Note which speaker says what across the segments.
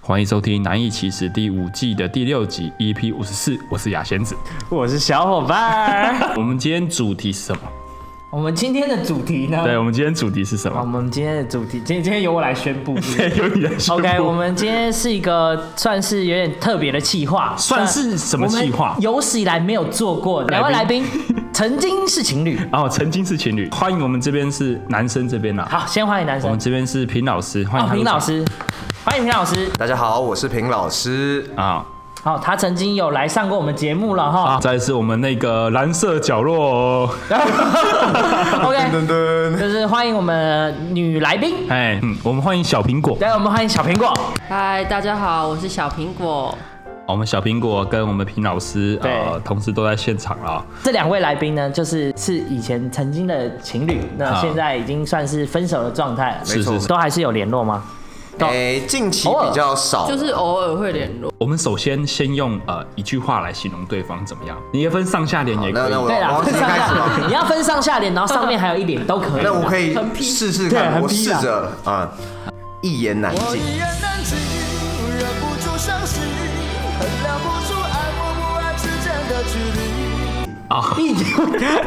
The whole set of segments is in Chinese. Speaker 1: 欢迎收听《难易其实》第五季的第六集 EP 五十四，我是雅仙子。
Speaker 2: 我是小伙伴。
Speaker 1: 我们今天主题是什么？
Speaker 2: 我们今天的主题呢？
Speaker 1: 对，我们今天主题是什
Speaker 2: 好我
Speaker 1: 么？
Speaker 2: 们今天的主题，今天今天由我来宣布。是不是
Speaker 1: 由你来 宣布
Speaker 2: OK，我们今天是一个算是有点特别的企划，
Speaker 1: 算是什么企划
Speaker 2: 我们有史以来没有做过。两位来
Speaker 1: 来宾
Speaker 2: 宾曾经是 情侣。
Speaker 1: 哦，曾经是情侣，欢迎我们这边是男生这边啦、
Speaker 2: 好，先欢迎男
Speaker 1: 我
Speaker 2: 生
Speaker 1: 们，这边是平老师，欢迎
Speaker 2: 哦，
Speaker 1: 他入
Speaker 2: 平
Speaker 1: 场
Speaker 2: 老师，欢迎平老师。
Speaker 3: 大家好，我是平老师。
Speaker 1: 啊。
Speaker 2: 好，他曾经有来上过我们节目了
Speaker 1: 啊，
Speaker 2: 哈。
Speaker 1: 再来是我们那个蓝色角落哦，
Speaker 2: OK，
Speaker 3: 噔噔，
Speaker 2: 就是欢迎我们女来宾，
Speaker 1: 哎，嗯，我们欢迎小苹果，
Speaker 2: 来，我们欢迎小苹果。
Speaker 4: 嗨，大家好，我是小苹果。
Speaker 1: 哦我们小苹果跟我们平老师呃，
Speaker 2: 对
Speaker 1: 同时都在现场了。
Speaker 2: 这两位来宾呢，就是是以前曾经的情侣，那
Speaker 1: 好
Speaker 2: 现在已经算是分手的状态了，
Speaker 1: 是是是，
Speaker 2: 都还是有联络吗？都
Speaker 3: 哎，近期比较少，
Speaker 4: 就是偶尔会联络，
Speaker 1: 我们首先先用呃一句话来形容对方怎么样？你也分上下联也
Speaker 3: 那
Speaker 1: 可以
Speaker 3: 那。我
Speaker 2: 对啦，
Speaker 3: 我
Speaker 2: 分
Speaker 3: 先
Speaker 2: 上
Speaker 3: 开始
Speaker 2: 下，
Speaker 3: 吧。
Speaker 2: 你要分上下联，然后上面还有一点都可以。啊
Speaker 3: 那我可以
Speaker 4: 很 P
Speaker 3: 试试
Speaker 2: 对很
Speaker 3: 看，我
Speaker 2: P
Speaker 3: 试
Speaker 2: 啦
Speaker 3: 着啊，一言难
Speaker 5: 我
Speaker 3: 尽。
Speaker 5: 一言难尽，忍不住伤心，衡量不出爱或不爱之间的距离。
Speaker 2: 一言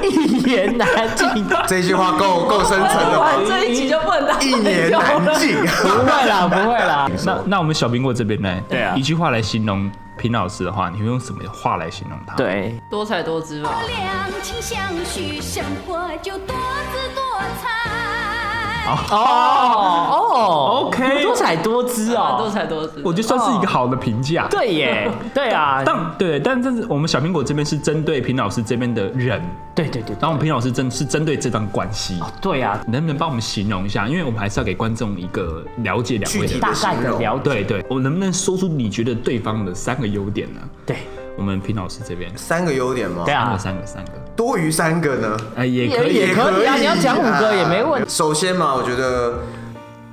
Speaker 2: 一言难尽。
Speaker 3: 这句话够够深层 了吧？
Speaker 4: 哇，这一集就不能当
Speaker 3: 一言难尽。
Speaker 2: 不会啦，不会啦。
Speaker 1: 那那我们小苹果这边呢？
Speaker 2: 对啊
Speaker 1: 一句话来形容平老师的话，你会用什么话来形容他？，
Speaker 2: 对，
Speaker 4: 多才多姿吧。
Speaker 6: 两情相许，生活就多姿多彩。
Speaker 2: 哦哦
Speaker 1: OK
Speaker 2: 多彩多姿
Speaker 4: 啊， 多
Speaker 2: 哦。
Speaker 4: 才多姿。
Speaker 1: 我觉 得算是一个好的评价。
Speaker 2: 对耶，对啊，
Speaker 1: 但对，但这是我们小苹果这边是针对平老师这边的人，
Speaker 2: 对对对
Speaker 1: 然后
Speaker 2: 对，
Speaker 1: 我们平老师针是针对这段关系，
Speaker 2: 对啊，
Speaker 1: 能不能帮我们形容一下？因为我们还是要给观众一个了解两位
Speaker 3: 具
Speaker 1: 的
Speaker 3: 体的。
Speaker 2: 大概的了解，
Speaker 1: 对对，我能不能说出你觉得对方的三个优点呢？
Speaker 2: 对
Speaker 1: 我们平老师这边，
Speaker 3: 三个优点吗？
Speaker 2: 对
Speaker 1: 三
Speaker 2: 啊
Speaker 1: 个，三个三个，
Speaker 3: 多余三个呢？
Speaker 1: 哎，也可以
Speaker 2: 也可以啊你要讲五个也没问
Speaker 3: 题。首先嘛，我觉得。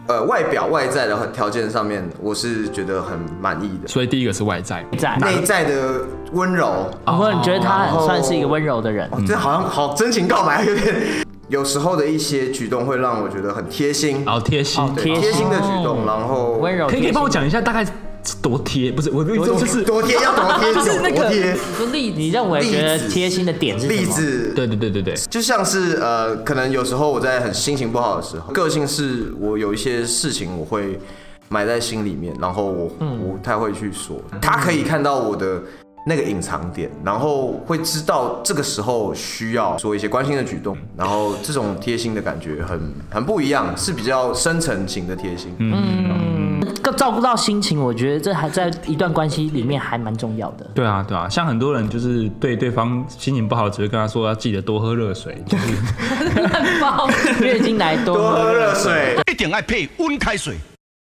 Speaker 3: 呃，外表外在的条件上面，我是觉得很满意的。
Speaker 1: 所以第一个是外在，
Speaker 2: 在。
Speaker 3: 内在的温柔，
Speaker 2: 我很觉得他很
Speaker 3: 哦
Speaker 2: 算是一个温柔的人。
Speaker 3: 哦，这
Speaker 2: 嗯
Speaker 3: 好像好真情告白，有点。有时候的一些举动会让我觉得很贴心，
Speaker 1: 好贴心，
Speaker 3: 对
Speaker 2: 哦贴心
Speaker 3: 贴心的举动，然后
Speaker 2: 温柔，
Speaker 1: 可以可以帮我？讲一下大概是多贴？不是，我跟你说
Speaker 3: 多
Speaker 1: 就是，
Speaker 3: 多贴要多贴，有多贴。
Speaker 4: 你说例子，
Speaker 2: 你认为觉得贴心的点是什么？
Speaker 3: 例子，
Speaker 1: 对对对对对，
Speaker 3: 就像是呃，可能有时候我在很心情不好的时候，个性是我有一些事情我会埋在心里面，然后我我不太会去说，
Speaker 1: 嗯
Speaker 3: 他可以看到我的。那个隐藏点，然后会知道这个时候需要做一些关心的举动，
Speaker 1: 嗯
Speaker 3: 然后这种贴心的感觉很很不一样，是比较深层型的贴心。
Speaker 1: 嗯
Speaker 2: 更照顾到心情，我觉得这还在一段关系里面还蛮重要的。
Speaker 1: 对啊对啊，像很多人就是对对方心情不好，只会跟他说要记得多喝热水， 就是
Speaker 4: 很棒。
Speaker 2: 月经来多
Speaker 3: 多喝
Speaker 2: 喝
Speaker 3: 热水，
Speaker 7: 一定爱配温开水，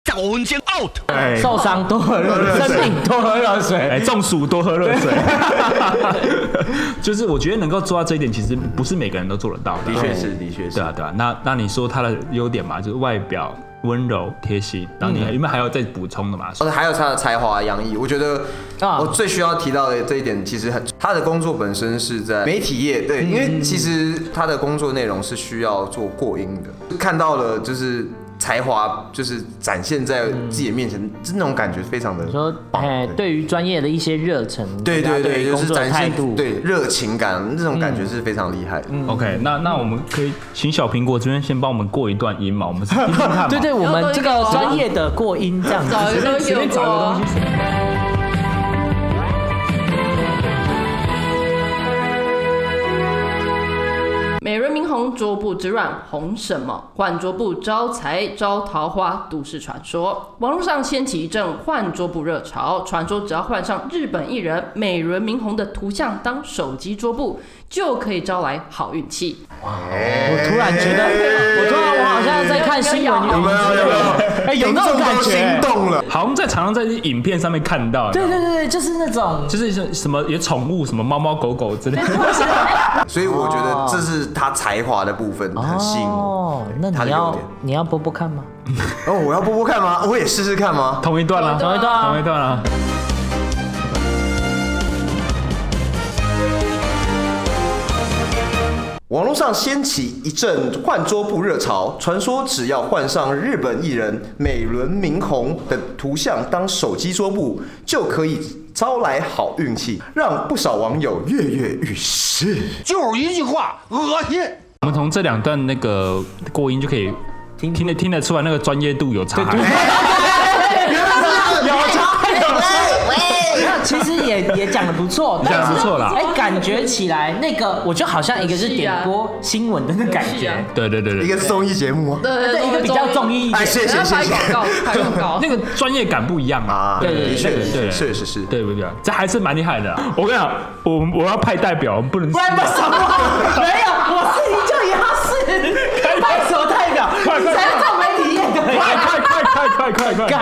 Speaker 7: 十五分钟 out。
Speaker 1: 哎
Speaker 2: 受伤多喝热水，生病多喝热水。
Speaker 1: 哎中暑多喝热水， 就是我觉得能够做到这一点，其实不是每个人都做得到的
Speaker 3: 的。确是，的确是
Speaker 1: 对。啊对啊，那那你说他的优点嘛，就是外表温柔贴心，然后你还有没有还有再补充的嘛？
Speaker 3: 而且哦还有他的才华洋溢，我觉得
Speaker 2: 啊
Speaker 3: 我最需要提到的这一点，其实很他的工作本身是在媒体业，对，
Speaker 2: 嗯
Speaker 3: 因为其实他的工作内容是需要做过音的，看到了就是才华，就是展现在自己的面前，这种感觉非常的
Speaker 2: 你说，
Speaker 3: 棒
Speaker 2: 哎，，对于专业的一些热忱，
Speaker 3: 对对
Speaker 2: 对
Speaker 3: 对，
Speaker 2: 于
Speaker 3: 就
Speaker 2: 工
Speaker 3: 是
Speaker 2: 作的
Speaker 3: 展
Speaker 2: 态
Speaker 3: 现
Speaker 2: 度，嗯
Speaker 3: 对热情感，这种感觉是非常厉害的。
Speaker 1: OK，那那我们可以请小苹果这边先帮我们过一段音嘛，我们听听看嘛。
Speaker 2: 对对，我们这个专业的过音这样子，
Speaker 4: 找一个有过。美人明红，桌布之乱，红什么？换桌布招财招桃花，都市传说。网络上掀起一阵换桌布热潮，传说只要换上日本艺人美人明红的图像当手机桌布，就可以招来好运气。
Speaker 2: 我突然觉得，我突然我好像在看新闻，
Speaker 3: 有没有？有没有？
Speaker 2: 哎，有
Speaker 3: 听
Speaker 2: 那种
Speaker 3: 众
Speaker 2: 感
Speaker 3: 都心
Speaker 2: 觉。
Speaker 3: 动了。
Speaker 1: 好像在常常在影片上面看到，
Speaker 2: 对对对对，就是那种
Speaker 1: 就是什什么有宠物，什么猫猫狗狗之类的。
Speaker 3: 所以我觉得这是他才华的部分，很吸引我。
Speaker 2: 哦，那
Speaker 3: 他
Speaker 2: 你
Speaker 3: 的优
Speaker 2: 要
Speaker 3: 点
Speaker 2: 你要播播看吗？
Speaker 3: 哦，我要播播看吗？我也试试看吗？
Speaker 1: 同一段啦，
Speaker 2: 同一段啊
Speaker 1: 同一段啦。
Speaker 3: 网络上掀起一阵换桌布热潮，传说只要换上日本艺人美轮明宏的图像当手机桌布，就可以招来好运气，让不少网友跃跃欲试。
Speaker 7: 就是一句话，恶心。
Speaker 1: 我们从这两段那个过音就可以听得听得出来那个专业度有差。
Speaker 2: 那其实也也讲的不错，
Speaker 1: 讲得不错啦
Speaker 2: 但是哎，感觉起来那个我就好像一个是点播新闻的那感
Speaker 4: 是
Speaker 2: 觉，
Speaker 4: 啊
Speaker 2: 哦
Speaker 1: 对对对
Speaker 3: 一
Speaker 1: 对
Speaker 3: 个综艺节目啊，
Speaker 4: 呃
Speaker 2: 对，一个比较综艺一
Speaker 3: 哎，
Speaker 2: 点。
Speaker 3: 谢谢
Speaker 4: 然后
Speaker 3: 谢
Speaker 4: 拍
Speaker 3: 谢
Speaker 4: 广告，拍广告。
Speaker 1: 那个专业感不一样
Speaker 3: 啊，
Speaker 1: 对对
Speaker 3: 的确
Speaker 1: 对对
Speaker 3: 是确实是。
Speaker 1: 对不对？这还是蛮厉害的啊。我跟你讲，我我要派代表，我们不能
Speaker 2: 不然为什么？ 没有，我是你就也要是，派什么代表？
Speaker 1: 快快
Speaker 2: 你才是这媒体业的
Speaker 1: 快
Speaker 2: 人。
Speaker 1: 快快快快快快！
Speaker 2: 干。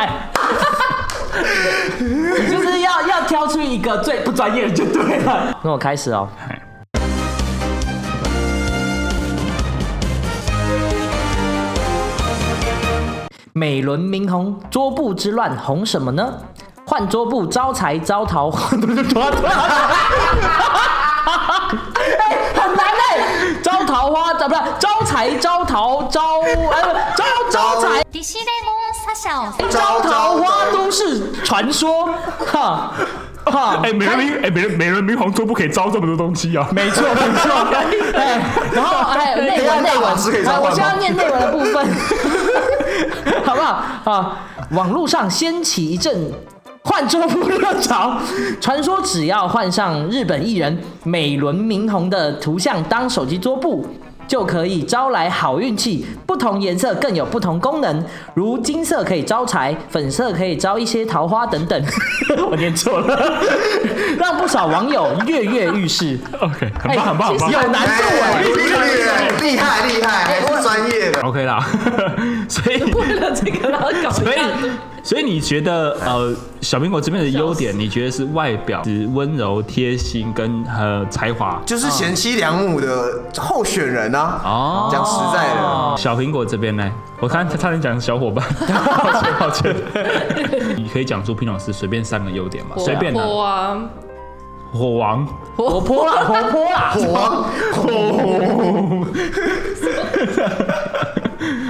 Speaker 2: 你 就是要要挑出一个最不专业的就对了。 那我开始哦。美轮明宏，桌布之乱红什么呢？换桌布招财招桃 花，不是抓抓。哎很难哎，招桃花，啊不是招财招桃招，呃，招招财
Speaker 6: 迪西内蒙撒小，
Speaker 2: 招桃花都市传说，哈哈，
Speaker 1: 哎，美人明哎，美人美人明皇桌不可以招这么多东西啊！
Speaker 2: 没错没错，哎，然后哎内文内文
Speaker 3: 是可以召
Speaker 2: 哎
Speaker 3: 唤吗
Speaker 2: 我先要念内文的部分，好不好啊？网络上掀起一阵。换桌布热潮，传说只要换上日本艺人美轮明宏的图像当手机桌布，就可以招来好运气。不同颜色更有不同功能，如金色可以招财，粉色可以招一些桃花等等。我念错了，让不少网友跃跃欲试。
Speaker 1: OK，很棒很棒很
Speaker 2: 哎其实
Speaker 1: 棒
Speaker 2: 有难度
Speaker 1: 啊
Speaker 3: 哎
Speaker 2: 哎、
Speaker 3: 厉害厉害厉害，还是专业的。
Speaker 1: ，OK 啦。 所以
Speaker 4: 为了这个，然后
Speaker 2: 啊
Speaker 4: 搞
Speaker 1: 所以
Speaker 4: 一样，
Speaker 1: 所以你觉得呃，小苹果这边的优点，你觉得是外表是温柔、贴心跟呃才华？
Speaker 3: 就是贤妻良母的候选人啊，
Speaker 1: 哦，
Speaker 3: 讲实在的，
Speaker 1: 小苹果这边呢，我看他差点讲小伙伴，抱歉抱歉。你可以讲出平老师随便三个优点嘛，随便的。
Speaker 4: 泼啊，
Speaker 1: 火王，
Speaker 2: 活泼啦，活泼啦，
Speaker 3: 火王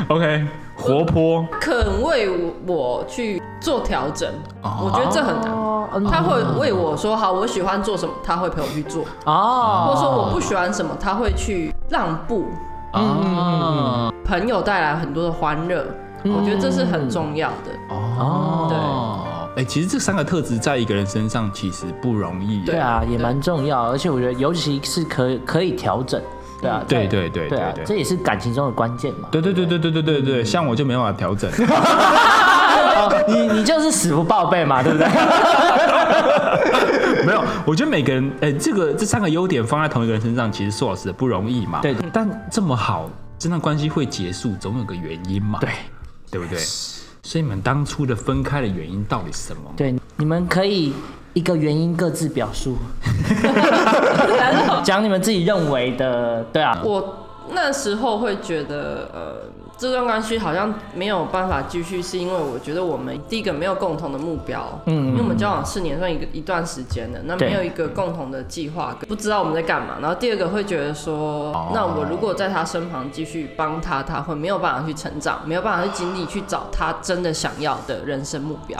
Speaker 1: ，OK，活泼，
Speaker 4: 肯为我去做调整，我觉得这很难。
Speaker 2: 哦嗯
Speaker 4: 他会为我说好，我喜欢做什么，他会陪我去做；
Speaker 2: 哦
Speaker 4: 或者说我不喜欢什么，他会去让步。
Speaker 2: 嗯嗯嗯
Speaker 4: 朋友带来很多的欢乐，我觉得这是很重要的。
Speaker 1: 哦，哎、其实这三个特质在一个人身上其实不容易耶。
Speaker 2: 对啊，也蛮重要，而且我觉得尤其是可可以调整，对
Speaker 3: 嗯
Speaker 2: 啊，
Speaker 1: 对对对
Speaker 2: 对啊，
Speaker 1: 对
Speaker 2: 这也是感情中的关键嘛。
Speaker 1: 对对对对对对对对，像我就没办法调整。
Speaker 2: 哦你你就是死不报备嘛，对不对？
Speaker 1: 没有，我觉得每个人，哎、这个这三个优点放在同一个人身上，其实说老实的不容易嘛。
Speaker 2: 对
Speaker 1: 但这么好，这段关系会结束，总有个原因嘛。
Speaker 2: 对，
Speaker 1: 对不对？所以你们当初的分开的原因到底是什么？
Speaker 2: 对，你们可以一个原因各自表 述，讲你们自己认为的，对啊，
Speaker 4: 我那时候会觉得，呃，这段关系好像没有办法继续，是因为我觉得我们第一个没有共同的目标，嗯，因为我们交往四年算一个一段时间了，那
Speaker 2: 对
Speaker 4: 没有一个共同的计划，不知道我们在干嘛。然后第二个会觉得说，那我如果在他身旁继续帮他，他会没有办法去成长，没有办法去经历去找他真的想要的人生目标。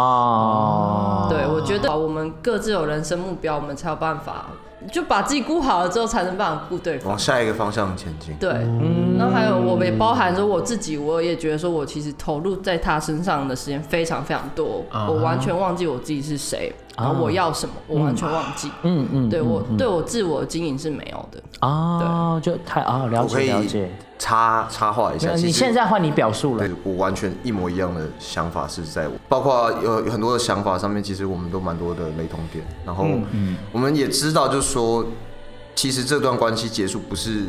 Speaker 2: 哦，
Speaker 4: 对，我觉得我们各自有人生目标，我们才有办法就把自己顾好了之后，才能办法顾对方
Speaker 3: 往。下一个方向前进。
Speaker 4: 对，
Speaker 2: 嗯
Speaker 4: 然后还有我也包含说我自己，我也觉得说我其实投入在他身上的时间非常非常多，
Speaker 2: 啊
Speaker 4: 我完全忘记我自己是谁，然后我要什么，我完全忘记。
Speaker 2: 嗯嗯，
Speaker 4: 对我对我自我经营是没有的，
Speaker 2: 哦，就太哦，了
Speaker 3: 我可
Speaker 2: 解
Speaker 3: 以
Speaker 2: 了解。
Speaker 3: 插插话一下，其
Speaker 2: 你
Speaker 3: 实
Speaker 2: 现在换你表述了
Speaker 3: 对，我完全一模一样的想法是在我，包括有有很多的想法上面，其实我们都蛮多的雷同点。然后，
Speaker 2: 嗯
Speaker 3: 我们也知道，就是说，其实这段关系结束不是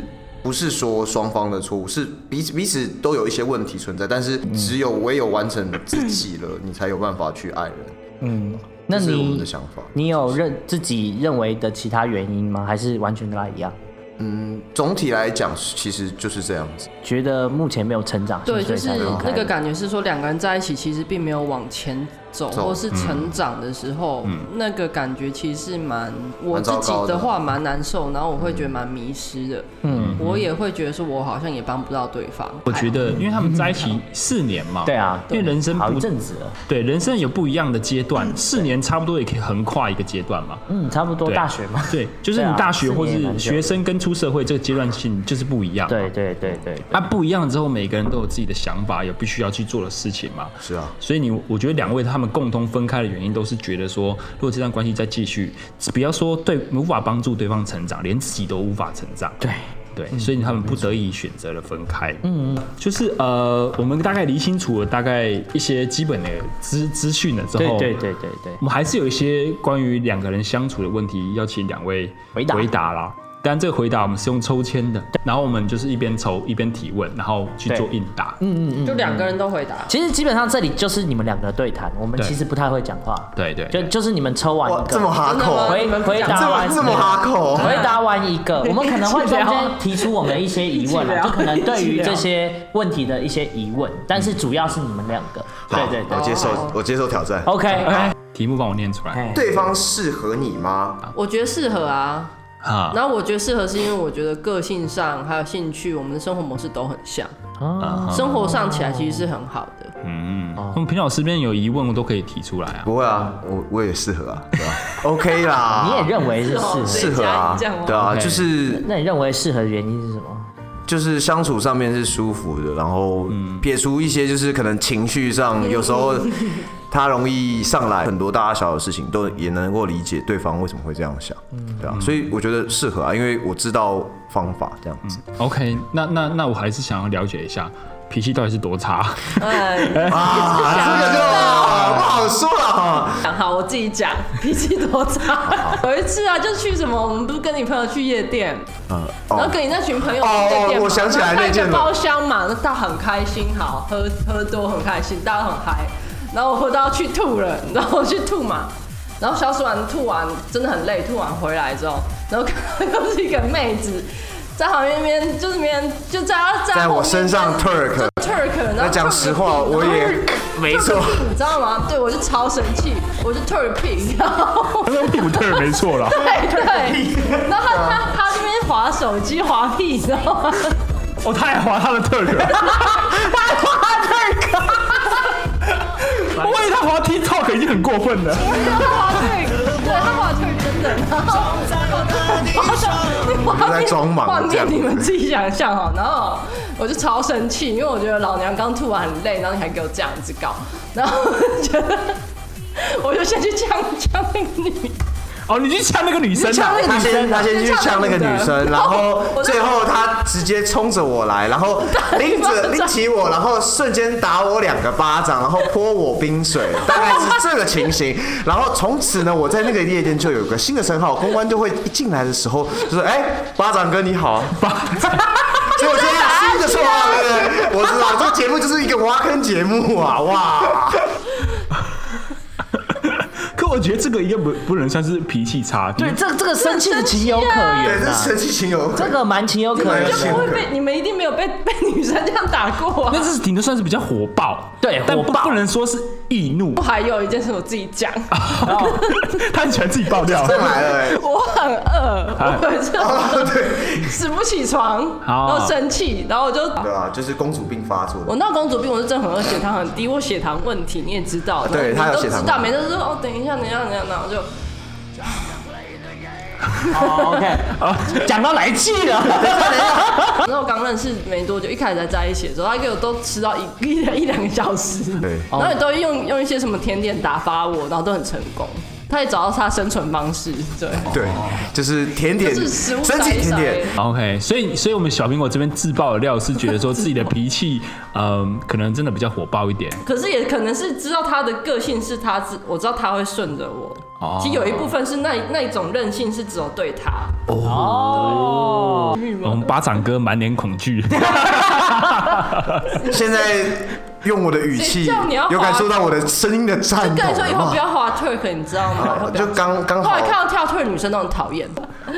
Speaker 3: 不是说双方的错误，是彼此彼此都有一些问题存在，但
Speaker 2: 嗯
Speaker 3: 是只有唯有完成自己了，你才有办法去爱人。
Speaker 2: 嗯，那
Speaker 3: 这是我们
Speaker 2: 你
Speaker 3: 的想法
Speaker 2: 你有认自己认为的其他原因吗？还是完全跟他一样，
Speaker 3: 嗯，总体来讲，其实就是这样子。
Speaker 2: 觉得目前没有成长性，
Speaker 4: 对，
Speaker 2: 啊所
Speaker 4: 就
Speaker 2: 以
Speaker 4: 是
Speaker 2: 才分开
Speaker 4: 那个感觉是说两个人在一起其实并没有往前走
Speaker 3: 走
Speaker 4: 或
Speaker 2: 嗯
Speaker 4: 是成长的时候，那个感觉其实是蛮我
Speaker 3: 蛮
Speaker 4: 自
Speaker 3: 糟
Speaker 4: 己
Speaker 3: 糕的
Speaker 4: 的话蛮难受，然后我会觉得蛮迷失的。嗯，我也会觉得说我好像也帮不到对方。
Speaker 1: 我觉得，因为他们在一起四年嘛，
Speaker 2: 哎对啊，
Speaker 1: 因为人生
Speaker 2: 好一
Speaker 1: 不
Speaker 2: 阵子了，
Speaker 1: 对人生有不一样的阶段，四年差不多也可以横跨一个阶段嘛。
Speaker 2: 嗯，差不多
Speaker 1: 对
Speaker 2: 大学嘛，
Speaker 1: 对，就是你
Speaker 2: 对啊
Speaker 1: 大学
Speaker 2: 四年
Speaker 1: 或
Speaker 2: 也蛮
Speaker 1: 是
Speaker 2: 久
Speaker 1: 学生跟出社会这个阶段性就是不一样。
Speaker 2: 对对对对，
Speaker 1: 啊，不一样之后，每个人都有自己的想法，有必须要去做的事情嘛。
Speaker 3: 是啊，
Speaker 1: 所以你，我觉得两位他们共同分开的原因，都是觉得说，如果这段关系再继续，不要说对无法帮助对方成长，连自己都无法成长。
Speaker 2: 对嗯
Speaker 1: 对，所以他们不得已选择了分开。嗯，就是呃，我们大概理清楚了大概一些基本的资资讯了之
Speaker 2: 对
Speaker 1: 后，
Speaker 2: 对对对对
Speaker 1: 我，们还是有一些关于两个人相处的问题，要请两位
Speaker 2: 回答
Speaker 1: 啦。当然，这个回答我们是用抽签的，然后我们就是一边抽一边提问，然后去做应答。嗯，
Speaker 4: 就两个人都回答，
Speaker 2: 其实基本上这里就是你们两个对谈，我们
Speaker 1: 对
Speaker 2: 其实不太会讲话，
Speaker 1: 对对
Speaker 2: 就
Speaker 1: 对
Speaker 2: 就是你们抽完
Speaker 3: 哇
Speaker 2: 一，
Speaker 3: 这么
Speaker 2: 个，
Speaker 3: 哈
Speaker 4: 真的吗
Speaker 3: 口，
Speaker 2: 回回
Speaker 3: 这
Speaker 2: 答
Speaker 3: 么
Speaker 2: 完
Speaker 3: 这么哈口，
Speaker 2: 回答完一 个，我们可能会中间提出我们一些疑问啊，就可能对于这些问题的一些疑问，但是主要是你们两个，对对对
Speaker 3: 我接受我接受挑战。
Speaker 2: ，OK，好
Speaker 1: 哎题目帮我念出来
Speaker 2: 哎
Speaker 3: 对方适合你吗？
Speaker 4: 我觉得适合啊。
Speaker 1: 啊
Speaker 4: 然后我觉得适合是因为我觉得个性上还有兴趣，我们的生活模式都很像，
Speaker 2: 嗯
Speaker 1: 啊！
Speaker 4: 生活上起来其实是很好的。
Speaker 1: 嗯，
Speaker 2: 哦
Speaker 1: 我们平老师这边有疑问，我都可以提出来啊。
Speaker 3: 不会啊，我我也适合啊对啊 ，OK 啦。
Speaker 2: 你也认为是
Speaker 4: 是哦
Speaker 2: 适合？
Speaker 3: 适合啊
Speaker 4: 这样吗，
Speaker 3: 对啊，
Speaker 1: OK
Speaker 3: 就是
Speaker 2: 那你认为适合的原因是什么？
Speaker 3: 就是相处上面是舒服的，然后撇除一些就是可能情绪 上有时候他容易上来，很多大大小小的事情都也能够理解对方为什么会这样想，对啊，所以我觉得适合啊，因为我知道方法这样子
Speaker 1: OK，那那那我还是想要了解一下脾气到底是多差。
Speaker 4: 嗯，
Speaker 3: 啊，这个就不好说
Speaker 2: 嗯
Speaker 3: 了啊，
Speaker 4: 讲好我自己讲， 脾气多差。有一次啊，就去什么，我们不是跟你朋友去夜店，
Speaker 3: 嗯，
Speaker 4: 然后
Speaker 3: 哦，
Speaker 4: 跟你那群朋友
Speaker 3: 哦
Speaker 4: 去夜店嘛，
Speaker 3: 我想起来
Speaker 4: 然后开
Speaker 3: 那件
Speaker 4: 一
Speaker 3: 了
Speaker 4: 个包厢嘛，那大家很开心，好喝喝多很开心，大家都很嗨。然后我喝到去吐了，然 后我去吐嘛，然后小鼠完吐完真的很累，吐完回来之后，然后看到又是一个妹子。在旁边边就是边就在她在
Speaker 3: 在
Speaker 4: 后
Speaker 3: 我
Speaker 4: 面
Speaker 3: 身上 Turk，
Speaker 4: Turk，然后
Speaker 3: 那讲
Speaker 4: Turk
Speaker 3: 实话我 也没错，
Speaker 4: 你知道吗？对我就超生气，我就 Turk pig，然后
Speaker 1: 他说屁股对没错啦。
Speaker 3: 哎
Speaker 4: 对对，然后他他他这边划手机划屁，你知道吗？
Speaker 1: 我太滑哦他的特 可，我为他滑 TikTok 已经很过分了。
Speaker 4: 他划退，对他划退真的，然后我
Speaker 3: 在装忙
Speaker 4: 画
Speaker 3: 这
Speaker 4: 面
Speaker 3: 样
Speaker 4: 你们自己想象哈。然后我就超生气，因为我觉得老娘刚吐完很累，然后你还给我这样子搞，然后我就觉得我就先去呛呛那个女，
Speaker 1: 哦，你去呛那个女生啊？
Speaker 3: 他先他先去呛那个女生，然后
Speaker 4: 我就
Speaker 3: 最后他直接冲着我来，然后拎着拎起我，然后瞬间打我两个巴掌，然后泼我冰水，大概是这个情形。然后从此呢，我在那个夜店就有个新的称号，公关就会一进来的时候就说：“哎、巴掌哥你好。”巴所以我现在有新的绰号，对不对？我知道这个节目就是一个挖坑节目啊，哇！
Speaker 1: 可我觉得这个应该不不能算是脾气差。
Speaker 2: 对，这这个生气的情有可
Speaker 3: 对，
Speaker 2: 原
Speaker 3: 这
Speaker 2: 啊，
Speaker 3: 是神奇情有
Speaker 2: 这个蛮情有可
Speaker 3: 蛮
Speaker 2: 原
Speaker 3: 有
Speaker 4: 就
Speaker 3: 情
Speaker 2: 的
Speaker 4: 不。会被你们一定没有被 被女生这样打过啊
Speaker 1: 那。这是顶多算是比较火爆，
Speaker 2: 对
Speaker 1: 但不
Speaker 2: 火爆
Speaker 1: 不能说是易怒。
Speaker 4: 还有一件事我自己讲，
Speaker 1: 他很喜欢自己爆料。
Speaker 3: 上来了、哎
Speaker 4: 我很饿，
Speaker 1: 啊
Speaker 4: 我就
Speaker 3: 哦，对，
Speaker 4: 死不起床，然后生气，然后我就
Speaker 3: 对啊，就是公主病发作的
Speaker 4: 我。闹公主病，我是真的很饿，血糖很低，我血糖问题你也知道，
Speaker 3: 对
Speaker 4: 然后
Speaker 3: 她有
Speaker 4: 你
Speaker 3: 血
Speaker 4: 都
Speaker 3: 糖
Speaker 4: 知道，
Speaker 3: 问
Speaker 4: 每
Speaker 3: 题
Speaker 4: 次都说哦，等一下，等一下，等一下，然后我就
Speaker 2: 哦 OK，讲 到来气了，
Speaker 4: 然后我刚认识没多久，一开始才在一起的时候，他给我都吃到一一一两个小时，
Speaker 3: 对
Speaker 4: 然后也都用用一些什么甜点打发我，然后都很成功，他也找到他生存方式，对，
Speaker 3: 对，就是甜点，
Speaker 4: 就是食物
Speaker 3: 升级
Speaker 4: 少一
Speaker 3: 甜
Speaker 4: 少
Speaker 3: 点。
Speaker 1: OK，所以所以我们小苹果这边自爆的料是觉得说自己的脾气， 嗯，可能真的比较火爆一点。
Speaker 4: 可是也可能是知道他的个性是他自，我知道他会顺着我。
Speaker 1: 哦
Speaker 4: 其实有一部分是那那一种任性是只有对他，
Speaker 1: 我们巴掌哥满脸恐惧。
Speaker 3: 现在用我的语气，
Speaker 4: 谁叫你要
Speaker 3: 有感受到我的声音的颤
Speaker 4: 就
Speaker 3: 抖
Speaker 4: 跟你说以后
Speaker 3: 了吗？
Speaker 4: 不要滑 Turk，你知道吗？以后不要
Speaker 3: 就刚刚
Speaker 4: 后来看
Speaker 3: 好，
Speaker 4: 到跳退的女生都很讨厌，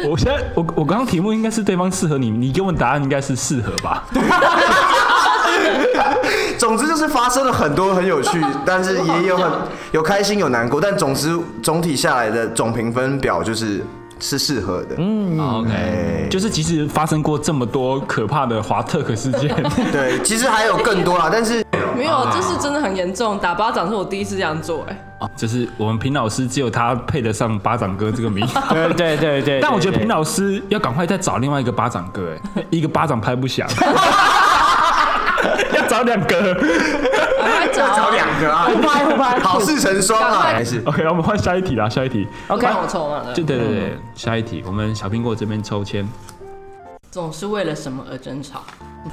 Speaker 1: 我现在我我刚刚题目应该是对方适合你，你给我答案应该是适合吧？
Speaker 3: 总之就是发生了很多很有 趣，但是也有很有开心有难过，但总之总体下来的总评分表就是是适合的。嗯，
Speaker 1: o k 就是即使发生过这么多可怕的华特克事件，
Speaker 3: 对，其实还有更多啦，但是
Speaker 4: 没有，
Speaker 3: 啊
Speaker 4: 这是真的很严重，打巴掌是我第一次这样做、 哎，
Speaker 1: 就是我们平老师只有他配得上巴掌哥这个名。
Speaker 2: 对对对对，
Speaker 1: 但我觉得
Speaker 2: 对
Speaker 1: 平老师要赶快再找另外一个巴掌哥， 哎，一个巴掌拍不响， 要找两个。
Speaker 4: 赶快
Speaker 3: 找
Speaker 4: 找
Speaker 3: 两个啊，
Speaker 2: 互拍互拍
Speaker 3: 好事成双啊，还是
Speaker 1: OK，我们换下一题啦，下一题。嗯
Speaker 2: OK，
Speaker 4: 看我抽完了
Speaker 1: 就。对对对，下一题，我们小苹果这边抽签。
Speaker 4: 总是为了什么而争吵？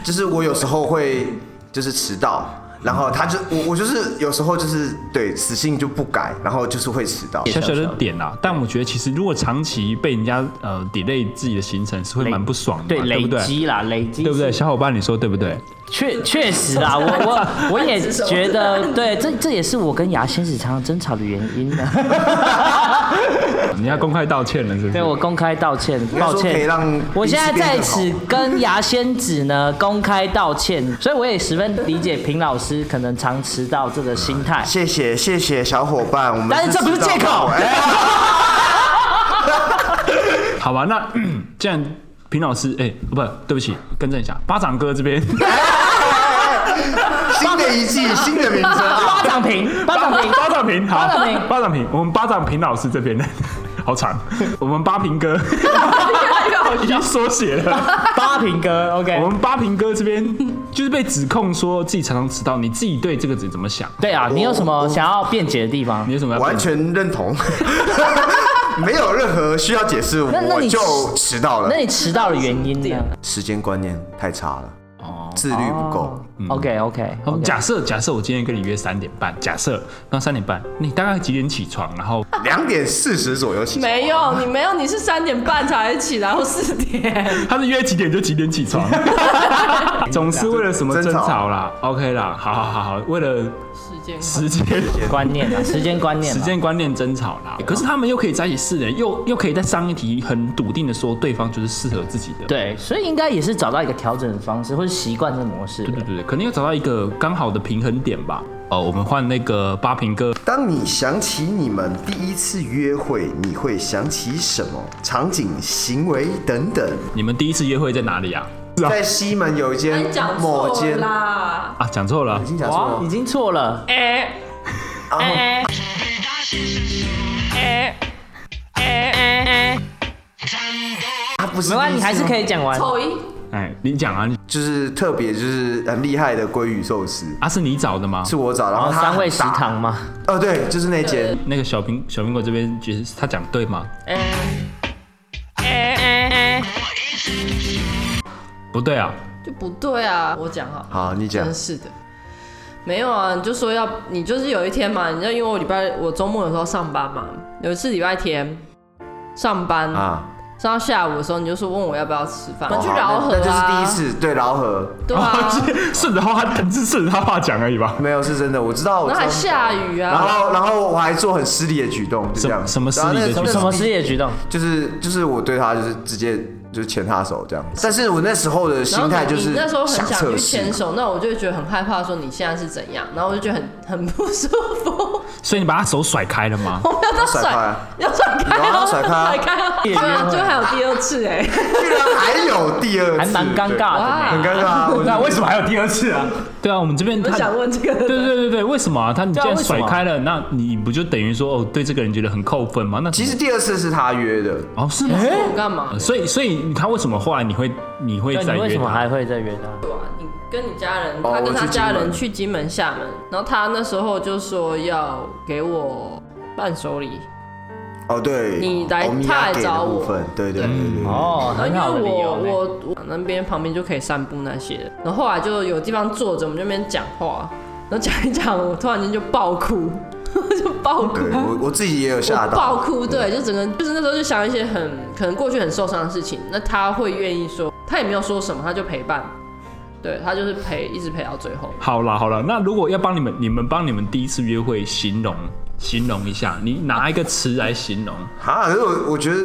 Speaker 3: 就是我有时候会就是迟到。然后他就我我就是有时候就是对死性就不改，然后就是会迟到。
Speaker 1: 小小的点啦，但我觉得其实如果长期被人家呃 delay 自己的行程，是会蛮不爽的
Speaker 2: 对
Speaker 1: 嘛，对
Speaker 2: 累
Speaker 1: 不对？
Speaker 2: 积啦，累积
Speaker 1: 对不对？？小伙伴，你说对不对？
Speaker 2: 确确实啦， 我我我也觉得，对，这这也是我跟牙仙子常常争吵的原因啊呢。
Speaker 1: 你要公开道歉了，是不是？
Speaker 2: 对我公开道歉，抱
Speaker 3: 应该说可以
Speaker 2: 歉
Speaker 3: 让。
Speaker 2: 我现在
Speaker 3: 彼此变
Speaker 2: 在
Speaker 3: 更好
Speaker 2: 此跟牙仙子呢公开道歉，所以我也十分理解平老师可能常迟到这个心态。
Speaker 3: 谢谢谢谢小伙伴，我们
Speaker 2: 但是这不是
Speaker 3: 知道
Speaker 2: 借口
Speaker 3: 哎
Speaker 1: 好吧，那 既然平老师，哎、不，对不起，更正一下，巴掌哥这边，
Speaker 3: 新的 一季，新的名 称啊！
Speaker 2: 巴掌平，巴掌平，
Speaker 1: 巴掌平，好，
Speaker 2: 巴掌平
Speaker 1: 巴掌平，我们巴掌平老师这边， 好长，我们八平 哥已经缩写了，
Speaker 2: 八平哥，OK
Speaker 1: 我。们八平哥这边就是被指控说自己常常迟到，你自己对这个怎么想？
Speaker 2: 对啊，你有什么想要辩解的地方
Speaker 1: 你？有什么要
Speaker 3: 完
Speaker 1: 辩解
Speaker 3: 全认同，没有任何需要解释，
Speaker 2: 那那
Speaker 3: 我
Speaker 2: 你
Speaker 3: 就迟到了
Speaker 2: 那。你迟到的原因呢
Speaker 3: 时间观念太差了，
Speaker 1: 哦？
Speaker 3: 自律不够。
Speaker 2: ？OK OK，
Speaker 1: 好假设假设我今天跟你约三点半，假设那三点半，你大概几点起床？然后
Speaker 3: 两点四十左右起床，
Speaker 4: 没有， 你没有，你是三点半才起，然后四点。
Speaker 1: 他是约几点就几点起床，总是为了什么争吵啦？OK 啦，好好好好，为了
Speaker 4: 时间
Speaker 1: 时间
Speaker 2: 观念啊，时间观念啊，
Speaker 1: 时间观念争吵啦。可是他们又可以在一起四人，又又可以在上一题很笃定的说对方就是适合自己的。
Speaker 2: 对，所以应该也是找到一个调整的方式，或是习惯这个模式。
Speaker 1: 对对对，可能要找到一个刚好的平衡点吧。哦，我们换那个八平哥，
Speaker 3: 当你想起你们第一次约会，你会想起什么场景、行为等等？
Speaker 1: 你们第一次约会在哪里啊？
Speaker 3: 在西门有一间某间，已
Speaker 4: 啦！
Speaker 1: 啊，讲错了，
Speaker 3: 经讲错
Speaker 2: 哇，已
Speaker 3: 了，
Speaker 2: 经错了。
Speaker 4: 哎哎哎哎哎哎，
Speaker 3: 他不是
Speaker 2: 没关系，你
Speaker 3: 第一次啊
Speaker 2: 还是可以讲完。
Speaker 4: 丑一
Speaker 1: 哎，你讲啊，你
Speaker 3: 就是特别就是很厉害的鲑鱼寿司，
Speaker 1: 啊是你找的
Speaker 4: 哦
Speaker 1: 吗？
Speaker 3: 是我找，然后他
Speaker 2: 三味
Speaker 3: 很
Speaker 2: 食
Speaker 3: 大
Speaker 2: 堂嘛，
Speaker 3: 哦，对，就是那间。
Speaker 1: 那个小苹小苹果这边觉得他讲对吗？
Speaker 2: 呃
Speaker 4: 哎哎哎哎，
Speaker 1: 不对啊，
Speaker 4: 就不对啊！我讲好了。
Speaker 3: 好，你讲
Speaker 4: 真。是的。没有啊，你就说要，你就是有一天嘛，你知道，因为我礼拜我周末有时候上班嘛，有一次礼拜天上班、
Speaker 3: 啊，
Speaker 4: 上到下午的时候，你就说问我要不要吃饭，我们去
Speaker 3: 哦好
Speaker 4: 饶河
Speaker 3: 那
Speaker 4: 啊，
Speaker 3: 那就是第一次对饶河，
Speaker 4: 对 啊，
Speaker 1: 顺着他话，只是顺着他话讲而已吧。
Speaker 3: 没有是真的，我知道，我知
Speaker 4: 然后
Speaker 3: 道
Speaker 4: 还。下雨
Speaker 3: 然
Speaker 4: 啊，
Speaker 3: 后，然后我还做很失礼的举动，就这样。
Speaker 1: 什么什么失礼的
Speaker 3: 然后那
Speaker 1: 举动
Speaker 2: 什么事业举动？
Speaker 3: 就是就是我对他就是直接就是牵他手这样。但是我那时候的
Speaker 4: 然后
Speaker 3: 心
Speaker 4: 你
Speaker 3: 态就是
Speaker 4: 你那时候很想
Speaker 3: 测
Speaker 4: 去
Speaker 3: 试
Speaker 4: 牵，手，那我就会觉得很害怕，说你现在是怎样，然后我就觉得很很不舒服，
Speaker 1: 所以你把他手甩开了 吗？
Speaker 4: 我们要到
Speaker 3: 甩开
Speaker 4: 甩
Speaker 3: 啊，
Speaker 4: 要甩开
Speaker 3: 有啊
Speaker 4: 哦，
Speaker 3: 甩开啊
Speaker 4: 甩开哦，对啊，就还有第二次哎、
Speaker 3: 居然还有第二次，
Speaker 2: 还蛮尴尬的
Speaker 4: 哇
Speaker 3: 对，
Speaker 2: 呢。
Speaker 3: 很尴尬。啊我
Speaker 2: 为什么还有第二次啊？
Speaker 1: 对啊，我们这边
Speaker 4: 我
Speaker 1: 他，
Speaker 4: 想问这个，
Speaker 1: 对对对对，为什么啊？他你既
Speaker 2: 对啊
Speaker 1: 然
Speaker 2: 为什
Speaker 1: 甩
Speaker 2: 么
Speaker 1: 开了，那你不就等于说哦，对这个人觉得很扣分吗？那
Speaker 3: 其实第二次是他约的，
Speaker 1: 哦是吗？
Speaker 4: 我干嘛？
Speaker 1: 呃所以所以他为什么后来你会你会
Speaker 2: 对，
Speaker 1: 再
Speaker 2: 你为
Speaker 1: 约
Speaker 2: 什么
Speaker 1: 他？
Speaker 2: 还会再约他？
Speaker 4: 对啊，你跟你家人，
Speaker 3: 哦
Speaker 4: 他
Speaker 3: 我
Speaker 4: 跟他
Speaker 3: 去金
Speaker 4: 家人
Speaker 3: 门
Speaker 4: 去金门、厦门，然后他那时候就说要给我伴手礼，
Speaker 3: 哦对，
Speaker 4: 你来
Speaker 3: 欧米
Speaker 4: 他来
Speaker 3: 亚给的
Speaker 4: 找我
Speaker 3: 部分对
Speaker 1: 嗯
Speaker 3: 对对对对。
Speaker 2: 哦，
Speaker 4: 然
Speaker 2: 很好
Speaker 4: 后
Speaker 2: 的
Speaker 4: 因为
Speaker 2: 理
Speaker 4: 我
Speaker 2: 由呢。
Speaker 4: 我我那边旁边就可以散步那些的，然后后来就有地方坐着，我们就那边讲话，然后讲一讲，我突然间就爆哭， 就爆哭。
Speaker 3: 对我我自己也有嗯吓
Speaker 4: 我爆
Speaker 3: 到，嗯
Speaker 4: 哭，对，就整个就是那时候就想一些很可能过去很受伤的事情，那他会愿意说，他也没有说什么，他就陪伴，对他就是陪，一直陪到最后。
Speaker 1: 好啦好啦，那如果要帮你们，你们帮你们第一次约会形容形容一下，你拿一个词来形容。
Speaker 3: 啊，可是我我觉得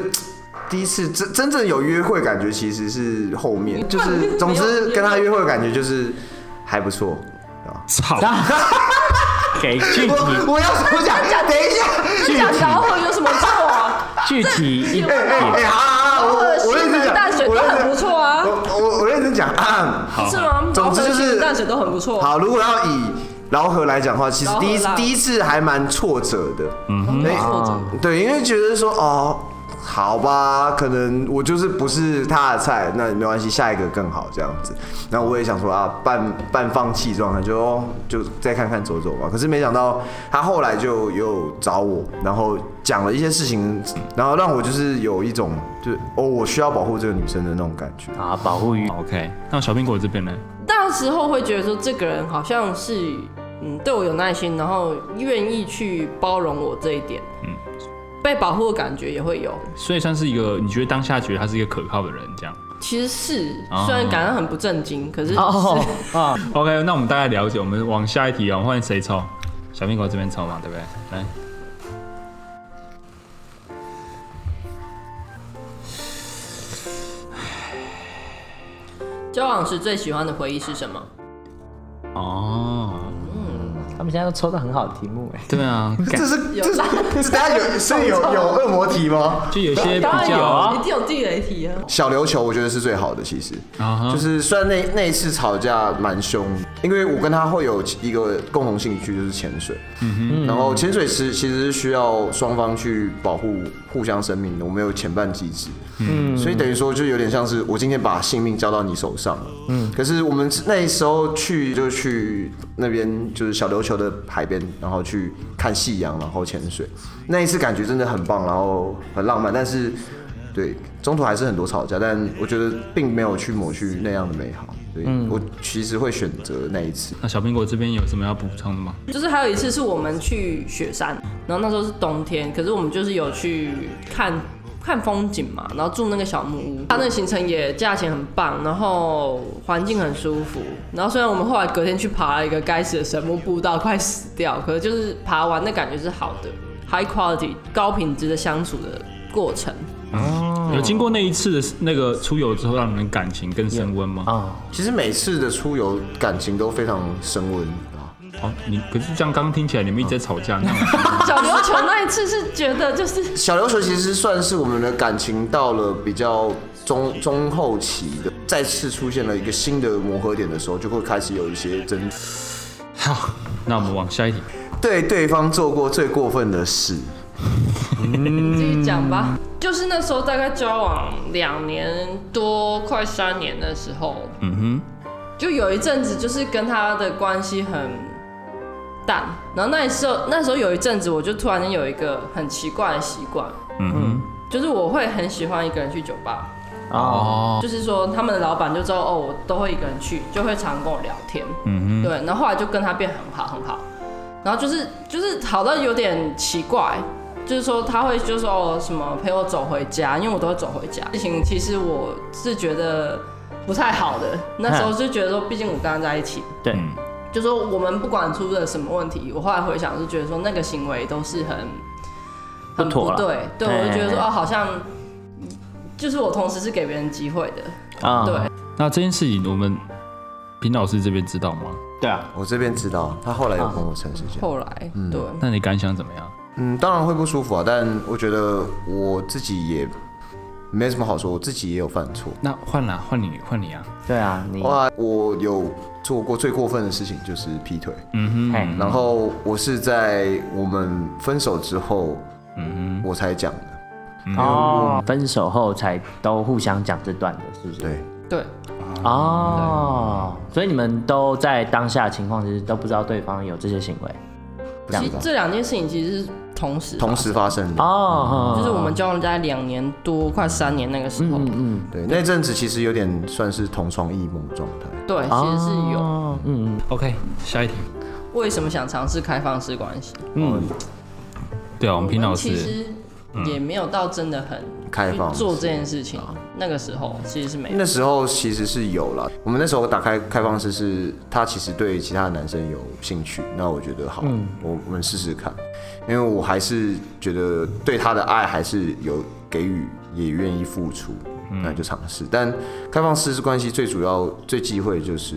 Speaker 3: 第一次真真正有约会感觉其实是后面，就是
Speaker 4: 你
Speaker 3: 总
Speaker 4: 没有
Speaker 3: 之
Speaker 4: 约
Speaker 3: 跟他约会的感觉就是还不错啊。
Speaker 1: 操， 给具体
Speaker 4: 哎
Speaker 3: 我我要我想等一下，
Speaker 1: 具
Speaker 4: 讲
Speaker 1: 体
Speaker 4: 饶河有什么 错啊？
Speaker 1: 具体一
Speaker 4: 这
Speaker 1: 点，
Speaker 3: 哎哎啊，
Speaker 4: 饶
Speaker 3: 我
Speaker 4: 河
Speaker 3: 我
Speaker 4: 西
Speaker 3: 认真
Speaker 4: 门
Speaker 3: 讲，
Speaker 4: 淡水
Speaker 3: 我
Speaker 4: 都
Speaker 3: 认真
Speaker 4: 很不错啊，
Speaker 3: 我我我认真讲啊。
Speaker 1: 好
Speaker 4: 是吗？饶
Speaker 3: 总之
Speaker 4: 河
Speaker 3: 就
Speaker 4: 西
Speaker 3: 是
Speaker 4: 门淡水都很不错。
Speaker 3: 好，如果要以饶河来讲的话，其实
Speaker 4: 饶河
Speaker 3: 第一次
Speaker 4: 啦
Speaker 3: 第一次还蛮挫折的，嗯哼，
Speaker 4: 挫折
Speaker 3: 对，因为觉得说哦，好吧，可能我就是不是他的菜，那没关系，下一个更好这样子。那我也想说啊，半半放弃状态，就哦就再看看走走吧。可是没想到他后来就又找我，然后讲了一些事情，然后让我就是有一种就是哦，我需要保护这个女生的那种感觉。
Speaker 2: 啊，保护欲。
Speaker 1: OK，那小苹果这边呢？
Speaker 4: 那时候会觉得说，这个人好像是嗯对我有耐心，然后愿意去包容我这一点，嗯，被保护的感觉也会有。
Speaker 1: 所以算是一个，你觉得当下觉得他是一个可靠的人，这样。
Speaker 4: 其实是
Speaker 1: 哦，
Speaker 4: 虽然感到很不正经，可是
Speaker 2: 哦啊，
Speaker 1: OK，那我们大概了解，我们往下一题啊，换谁抽？小苹果这边抽嘛，对不对？来，
Speaker 4: 交往时最喜欢的回忆是什么？
Speaker 1: 哦，
Speaker 2: 他们现在都抽到很好的题目哎。
Speaker 1: 对啊，
Speaker 3: 这是这是这大家有是有有恶魔题吗？
Speaker 1: 就有些比
Speaker 4: 当然有
Speaker 1: 较，
Speaker 4: 啊一定有地雷题啊。
Speaker 3: 小琉球我觉得是最好的，其实。
Speaker 1: 啊哈
Speaker 3: 就是虽然那那一次吵架蛮凶，因为我跟他会有一个共同兴趣就是潜水，
Speaker 1: 嗯
Speaker 3: 嗯然后潜水是其实是需要双方去保护互相生命的，我们有潜伴机制，嗯，所以等于说就有点像是我今天把性命交到你手上了，嗯，可是我们那时候去就去那边就是小琉球的海边，然后去看夕阳，然后潜水，那一次感觉真的很棒，然后很浪漫，但是。对，中途还是很多吵架，但我觉得并没有去抹去那样的美好。对、我其实会选择那一次。
Speaker 1: 那小苹果这边有什么要补充的吗？
Speaker 4: 就是还有一次是我们去雪山，然后那时候是冬天，可是我们就是有去看看风景嘛，然后住那个小木屋，它那个行程也价钱很棒，然后环境很舒服，然后虽然我们后来隔天去爬了一个该死的神木步道，快死掉，可是就是爬完的感觉是好的，high quality 高品质的相处的过程。
Speaker 1: 有经过那一次的那个出游之后，让你们感情更升温吗？
Speaker 2: 哦，
Speaker 3: 其实每次的出游感情都非常升温啊。
Speaker 1: 哦，你可是这样刚听起来你们一直在吵架，那样
Speaker 4: 小琉球那一次是觉得就是
Speaker 3: 小琉球其实算是我们的感情到了比较中中后期的，再次出现了一个新的磨合点的时候，就会开始有一些争执。
Speaker 1: 好，那我们往下一题。
Speaker 3: 对对方做过最过分的事，
Speaker 4: 继续讲吧。就是那时候大概交往两年多，快三年的时候，
Speaker 1: 嗯
Speaker 4: 就有一阵子就是跟他的关系很淡。然后那时候那时候有一阵子，我就突然间有一个很奇怪的习惯，
Speaker 1: 哼，嗯哼，
Speaker 4: 就是我会很喜欢一个人去酒吧。
Speaker 1: 哦，
Speaker 4: 就是说他们的老板就知道哦，我都会一个人去，就会常跟我聊天，
Speaker 1: 嗯
Speaker 4: 对，然后后来就跟他变很好很好，然后就是就是好到有点奇怪，就是说他会就说哦什么陪我走回家，因为我都会走回家，事情其实我是觉得不太好的，那时候就觉得说，毕竟我跟他在一起，
Speaker 2: 对
Speaker 1: 嗯
Speaker 4: 就说我们不管出了什么问题，我后来回想是觉得说那个行为都是很很
Speaker 2: 不妥啦
Speaker 4: 对，对我就觉得说
Speaker 2: 哎哎哎
Speaker 4: 哦好像就是我同时是给别人机会的。
Speaker 2: 啊，
Speaker 4: 对，
Speaker 1: 那这件事情我们平老师这边知道吗？
Speaker 2: 对啊，
Speaker 3: 我这边知道，他后来有跟我承认。
Speaker 4: 后来，
Speaker 2: 嗯
Speaker 4: 对，
Speaker 1: 那你感想怎么样？
Speaker 3: 嗯，当然会不舒服啊，但我觉得我自己也没什么好说，我自己也有犯错。
Speaker 1: 那换啦，换你，换你啊。
Speaker 2: 对啊，你
Speaker 3: 哇，我有做过最过分的事情就是劈腿，
Speaker 1: 嗯
Speaker 2: 嘿
Speaker 1: 哼，
Speaker 3: 然后我是在我们分手之后，
Speaker 1: 嗯
Speaker 3: 我才讲的。
Speaker 2: 哦，分手后才都互相讲这段的，是不是？
Speaker 3: 对，
Speaker 4: 对，
Speaker 2: 哦，所以你们都在当下情况，其实都不知道对方有这些行为。
Speaker 3: 不知
Speaker 4: 其实
Speaker 3: 道
Speaker 4: 这两件事情其实是同时，
Speaker 3: 同，时发生的。
Speaker 2: 哦，
Speaker 4: 就是我们交往在两年多，快三年那个时候，
Speaker 2: 嗯
Speaker 3: 对，那阵子其实有点算是同床异梦状态。
Speaker 4: 对，其实是有。
Speaker 2: 哦嗯
Speaker 1: 哼，OK，下一题。
Speaker 4: 为什么想尝试开放式关系？
Speaker 2: 嗯
Speaker 1: 对啊，我
Speaker 4: 我
Speaker 1: 们平老
Speaker 4: 其
Speaker 1: 师，
Speaker 4: 实也没有到真的很
Speaker 3: 开放
Speaker 4: 去哎做这件事情，
Speaker 2: 啊
Speaker 4: 那个时候其实是没有。
Speaker 3: 那时候其实是有了，我们那时候打开开放式是，他其实对其他的男生有兴趣，那我觉得好，我我们试试看，因为我还是觉得对他的爱还是有给予，也愿意付出，那就尝试。但开放式关系最主要最忌讳就是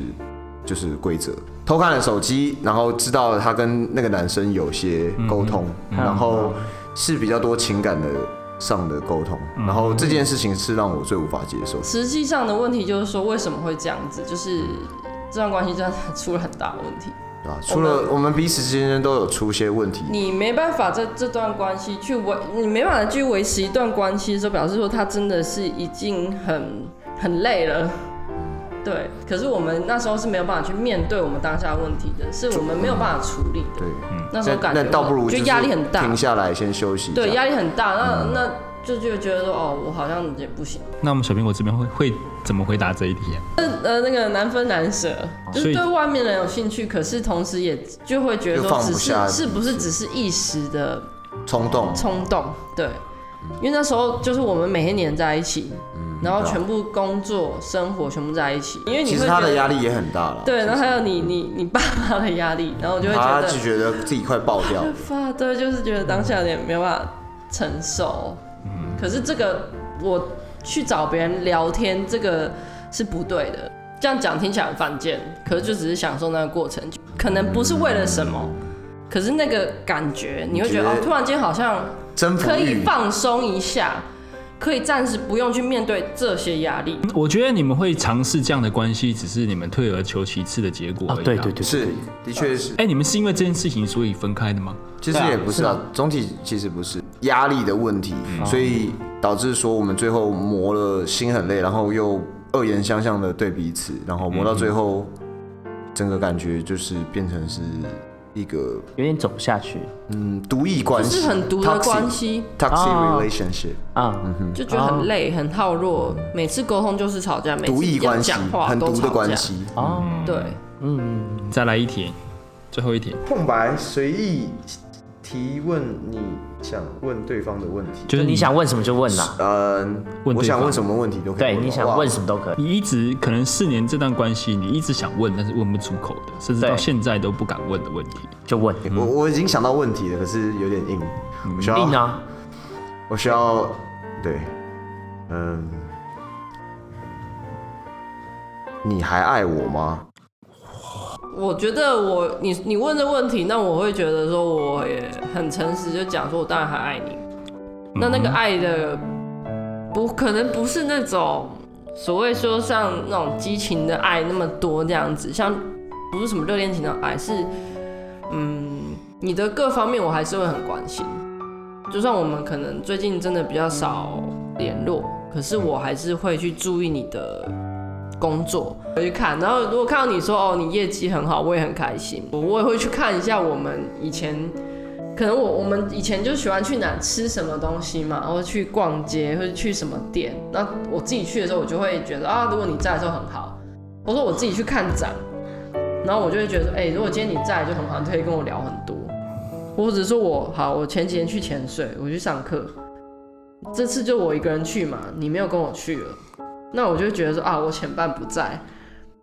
Speaker 3: 就是规则。偷看了手机，然后知道她跟那个男生有些沟通，然后是比较多情感的上的沟通，然后这件事情是让我最无法接受。
Speaker 4: 实际上的问题就是说，为什么会这样子？就是这段关系真的出了很大的问题。
Speaker 3: 对吧？除了我们彼此之间都有出些问题，
Speaker 4: 你没办法在这段关系去维，你没办法去维持一段关系的时候，表示说他真的是已经很很累了。对，可是我们那时候是没有办法去面对我们当下的问题的，是我们没有办法处理的
Speaker 3: 对。，
Speaker 4: 那时
Speaker 3: 那
Speaker 4: 候感觉
Speaker 3: 那倒不如
Speaker 4: 就是压力很大
Speaker 3: 停，下来嗯先休息一下。
Speaker 4: 对，压力很大。那那就就觉得说，哦，我好像也不行。
Speaker 1: 那我们小苹果这边会会怎么回答这一题啊？
Speaker 4: 呃，那个难分难舍，
Speaker 3: 哦
Speaker 1: 所
Speaker 4: 就是
Speaker 1: 以
Speaker 4: 对外面人有兴趣，可是同时也就会觉得
Speaker 3: 又
Speaker 4: 说，
Speaker 3: 放不
Speaker 4: 只是
Speaker 3: 下
Speaker 4: 是不是只是一时的
Speaker 3: 冲动，
Speaker 4: 冲动，对，
Speaker 3: 嗯
Speaker 4: 因为那时候就是我们每天黏在一起，然后全部工作、生活全部在一起，因为你
Speaker 3: 其
Speaker 4: 会
Speaker 3: 实他
Speaker 4: 觉得
Speaker 3: 的压力也很大了。
Speaker 4: 对，然后还有你你你爸妈的压力，然后我就会觉
Speaker 3: 他
Speaker 4: 得
Speaker 3: 就觉得自己快爆掉 了。
Speaker 4: 发对，就是觉得当下有点没有办法承受。
Speaker 3: 嗯
Speaker 4: 可是这个我去找别人聊天，这个是不对的。这样讲听起来很犯贱，可是就只是享受那个过程，可能不是为了什么，可是那个感觉你会觉得
Speaker 3: 觉
Speaker 4: 哦
Speaker 3: 得，
Speaker 4: 突然间好像
Speaker 3: 征服
Speaker 4: 可以
Speaker 3: 欲，
Speaker 4: 放松一下，可以暂时不用去面对这些压力。
Speaker 1: 我觉得你们会尝试这样的关系，只是你们退而求其次的结果而已、啊。
Speaker 2: 哦对对。对，
Speaker 3: 是，的确
Speaker 4: 啊
Speaker 3: 是，
Speaker 1: 哎、你们是因为这件事情所以分开的吗？
Speaker 3: 其实也不是啊，嗯总体其实不是压力的问题，
Speaker 4: 嗯
Speaker 3: 所以导致说我们最后磨了心很累，然后又恶言相向的对彼此，然后磨到
Speaker 4: 嗯
Speaker 3: 最后，整个感觉就是变成是一个
Speaker 2: 有点走不下去
Speaker 3: 嗯独异关系，
Speaker 4: 就是很毒的关系，
Speaker 3: ，toxic
Speaker 2: 哦
Speaker 3: relationship，
Speaker 2: 啊。
Speaker 4: 就觉得很累、很耗弱，每次沟通就是吵架，每
Speaker 3: 独
Speaker 4: 次
Speaker 3: 异
Speaker 4: 要
Speaker 3: 关系，
Speaker 4: 讲话
Speaker 3: 很
Speaker 4: 都
Speaker 3: 毒
Speaker 4: 吵
Speaker 3: 的
Speaker 4: 架。
Speaker 3: 关系，
Speaker 2: 哦，
Speaker 4: 对，
Speaker 1: 再来一题，最后一题，
Speaker 8: 空白，随意提问你想问对方的问题。
Speaker 1: 就是
Speaker 2: 你
Speaker 1: 你
Speaker 2: 想问什么就问啦，
Speaker 3: 嗯，
Speaker 1: 问
Speaker 3: 我想
Speaker 1: 对方
Speaker 3: 问什么问题都可以，
Speaker 2: 对，你想问什么
Speaker 3: 么？
Speaker 2: 都可以。
Speaker 1: 你一直可能四年这段关系，你一直想问，但是问不出口的，甚至
Speaker 2: 对
Speaker 1: 到现在都不敢问的问题。
Speaker 2: 就问。
Speaker 3: 我我已经想到问题了，可是有点硬，
Speaker 8: 嗯
Speaker 3: 我需
Speaker 2: 硬
Speaker 3: 要，
Speaker 2: 啊，
Speaker 3: 我需要，对，嗯，你还爱我吗？
Speaker 4: 我觉得我你你问这问题，那我会觉得说我也很诚实，就讲说我当然还爱你。
Speaker 1: 嗯
Speaker 4: 那那个爱的不可能不是那种所谓说像那种激情的爱那么多这样子，像不是什么热恋情的爱，是嗯你的各方面我还是会很关心。就算我们可能最近真的比较少联络，可是我还是会去注意你的工作，我去看。然后如果看到你说哦，你业绩很好，我也很开心，我我也会去看一下我们以前，可能我我们以前就喜欢去哪吃什么东西嘛，或者去逛街，或者去什么店。那我自己去的时候，我就会觉得啊，如果你在的时候很好。我说我自己去看展，然后我就会觉得，哎、如果今天你在就很好，你可以跟我聊很多。或者说我好，我前几天去潜水，我去上课，这次就我一个人去嘛，你没有跟我去了。那我就觉得说啊，我前伴不在，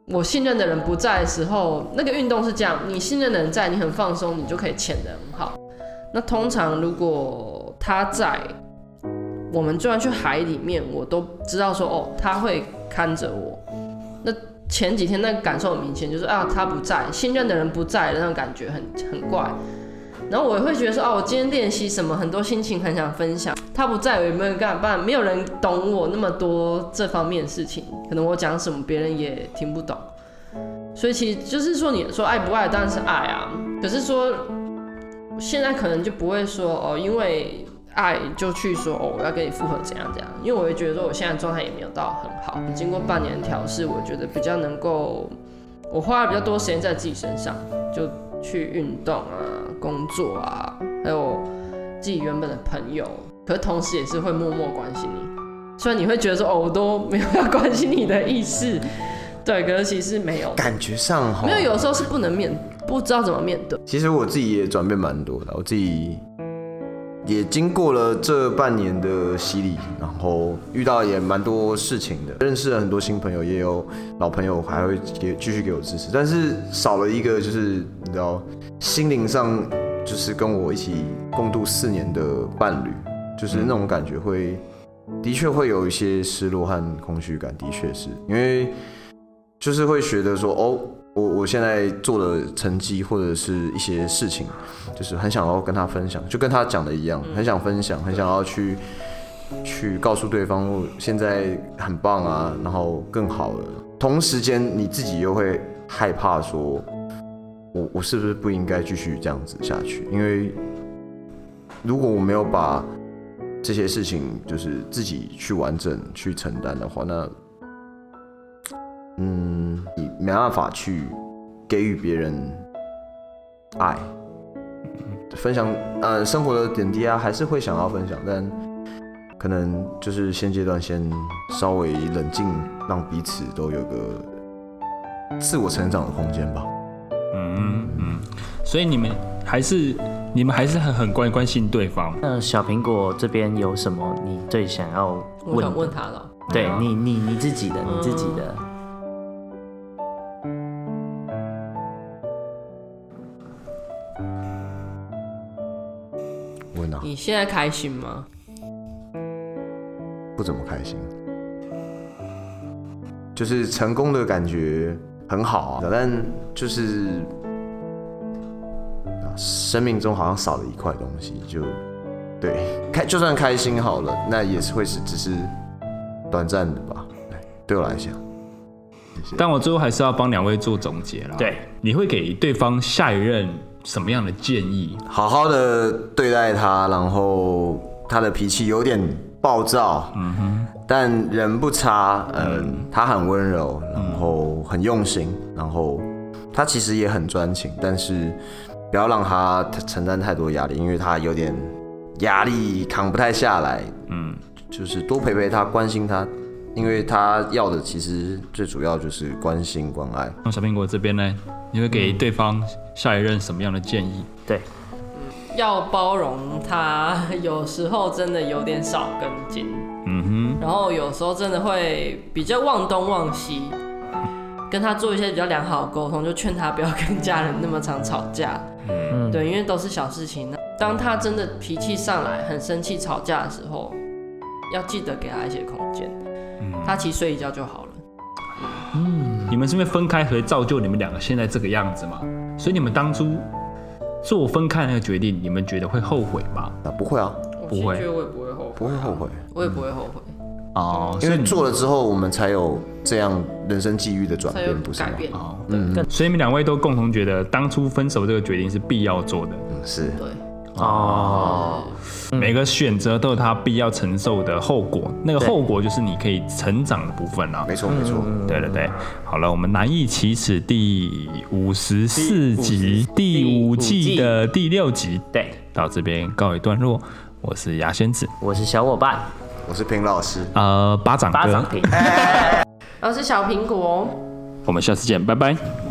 Speaker 4: 我信任的人不在的时候，那个运动是这样，你信任的人在，你很放松，你就可以潜得很好。那通常如果他在，我们就算去海里面，我都知道说哦，他会看着我。那前几天那个感受很明显，就是啊，他不在，信任的人不在的那种感觉很很怪。然后我也会觉得说，哦、我今天练习什么，很多心情很想分享。他不在，我也没有人干办，没有人懂我那么多这方面的事情，可能我讲什么别人也听不懂。所以其实就是说，你说爱不爱当然是爱啊，可是说现在可能就不会说哦，因为爱就去说哦，我要跟你复合怎样怎样，因为我会觉得说我现在状态也没有到很好，经过半年调试，我觉得比较能够，我花了比较多时间在自己身上，就去运动啊、工作啊，还有自己原本的朋友，可是同时也是会默默关心你。虽然你会觉得说哦，我都没有要关心你的意思，对，可是其实没有，
Speaker 3: 感觉上哈
Speaker 4: 没，有，有时候是不能面，不知道怎么面对。
Speaker 3: 其实我自己也转变蛮多的，我自己也经过了这半年的洗礼，然后遇到也蛮多事情的，认识了很多新朋友，也有老朋友还会给继续给我支持，但是少了一个就是你知道心灵上就是跟我一起共度四年的伴侣，就是那种感觉会的确会有一些失落和空虚感，的确是因为就是会觉得说，哦，我我现在做的成绩或者是一些事情，就是很想要跟他分享，就跟他讲的一样，很想分享，很想要去去告诉对方，我现在很棒啊，然后更好了。同时间，你自己又会害怕说，我我是不是不应该继续这样子下去？因为如果我没有把这些事情就是自己去完整去承担的话，那嗯，你没办法去给予别人爱，分享呃生活的点滴啊，还是会想要分享，但可能就是现阶段先稍微冷静，让彼此都有个自我成长的空间吧。
Speaker 1: 嗯嗯，所以你们还是你们还是很很关关心对方。
Speaker 9: 那小苹果这边有什么你最想要
Speaker 4: 我
Speaker 9: 问
Speaker 4: 想
Speaker 9: 的？
Speaker 4: 问他嗯了，
Speaker 9: 对你你你自己的你自己的，
Speaker 3: 问啊，
Speaker 4: 你现在开心吗？
Speaker 3: 不怎么开心，就是成功的感觉很好啊，但就是啊生命中好像少了一块东西，就对 开就算开心好了，那也是会是只是短暂的吧，对我来讲。
Speaker 1: 但我最后还是要帮两位做总结啦。
Speaker 9: 对，
Speaker 1: 你会给对方下一任什么样的建议？
Speaker 3: 好好的对待他，然后他的脾气有点暴躁，嗯哼，但人不差，嗯，他很温柔，然后很用心，然后他其实也很专情，但是不要让他承担太多压力，因为他有点压力扛不太下来，
Speaker 1: 嗯，
Speaker 3: 就是多陪陪他，关心他，因为他要的其实最主要就是关心关爱。
Speaker 1: 那小苹果这边呢，你会给对方下一任什么样的建议？
Speaker 9: 对，
Speaker 4: 要包容他，有时候真的有点少根筋，
Speaker 1: 嗯
Speaker 4: 然后有时候真的会比较忘东忘西。跟他做一些比较良好的沟通，就劝他不要跟家人那么常吵架。
Speaker 2: 嗯，
Speaker 4: 对，因为都是小事情。那当他真的脾气上来，很生气吵架的时候，要记得给他一些空间。
Speaker 1: 嗯
Speaker 4: 他其实睡一觉就好了。
Speaker 1: 哼，你们是因为分开所以造就你们两个现在这个样子吗？所以你们当初做分开那个决定，你们觉得会后悔吗？
Speaker 3: 啊，不会啊，
Speaker 4: 我
Speaker 1: 不会
Speaker 4: 其实觉得我也不会后悔，
Speaker 3: 不会后悔。
Speaker 4: 我也不会后悔，
Speaker 1: 哦，
Speaker 3: 因
Speaker 1: 所以
Speaker 3: 为
Speaker 1: 你
Speaker 3: 做了之后，我们才有这样人生际遇的转
Speaker 4: 才有
Speaker 3: 变，不是吗
Speaker 4: 改？变。
Speaker 1: 哦，对，所以你们两位都共同觉得当初分手这个决定是必要做的，
Speaker 3: 嗯，是
Speaker 4: 对，
Speaker 9: 哦，
Speaker 1: 每个选择都有它必要承受的后果，那个
Speaker 9: 对
Speaker 1: 后果就是你可以成长的部分啊。
Speaker 3: 没错没错。
Speaker 1: 对对对，好了，我们难易启齿第五十四集第五季的第六集
Speaker 9: 对，
Speaker 1: 到这边告一段落，我是牙仙子，
Speaker 9: 我是小伙伴
Speaker 3: 我是平老师，
Speaker 1: 呃，巴掌
Speaker 9: 巴掌
Speaker 1: 哥，
Speaker 9: 平。
Speaker 4: 然后是小苹果哦。
Speaker 1: 我们下次见，拜拜。
Speaker 3: 拜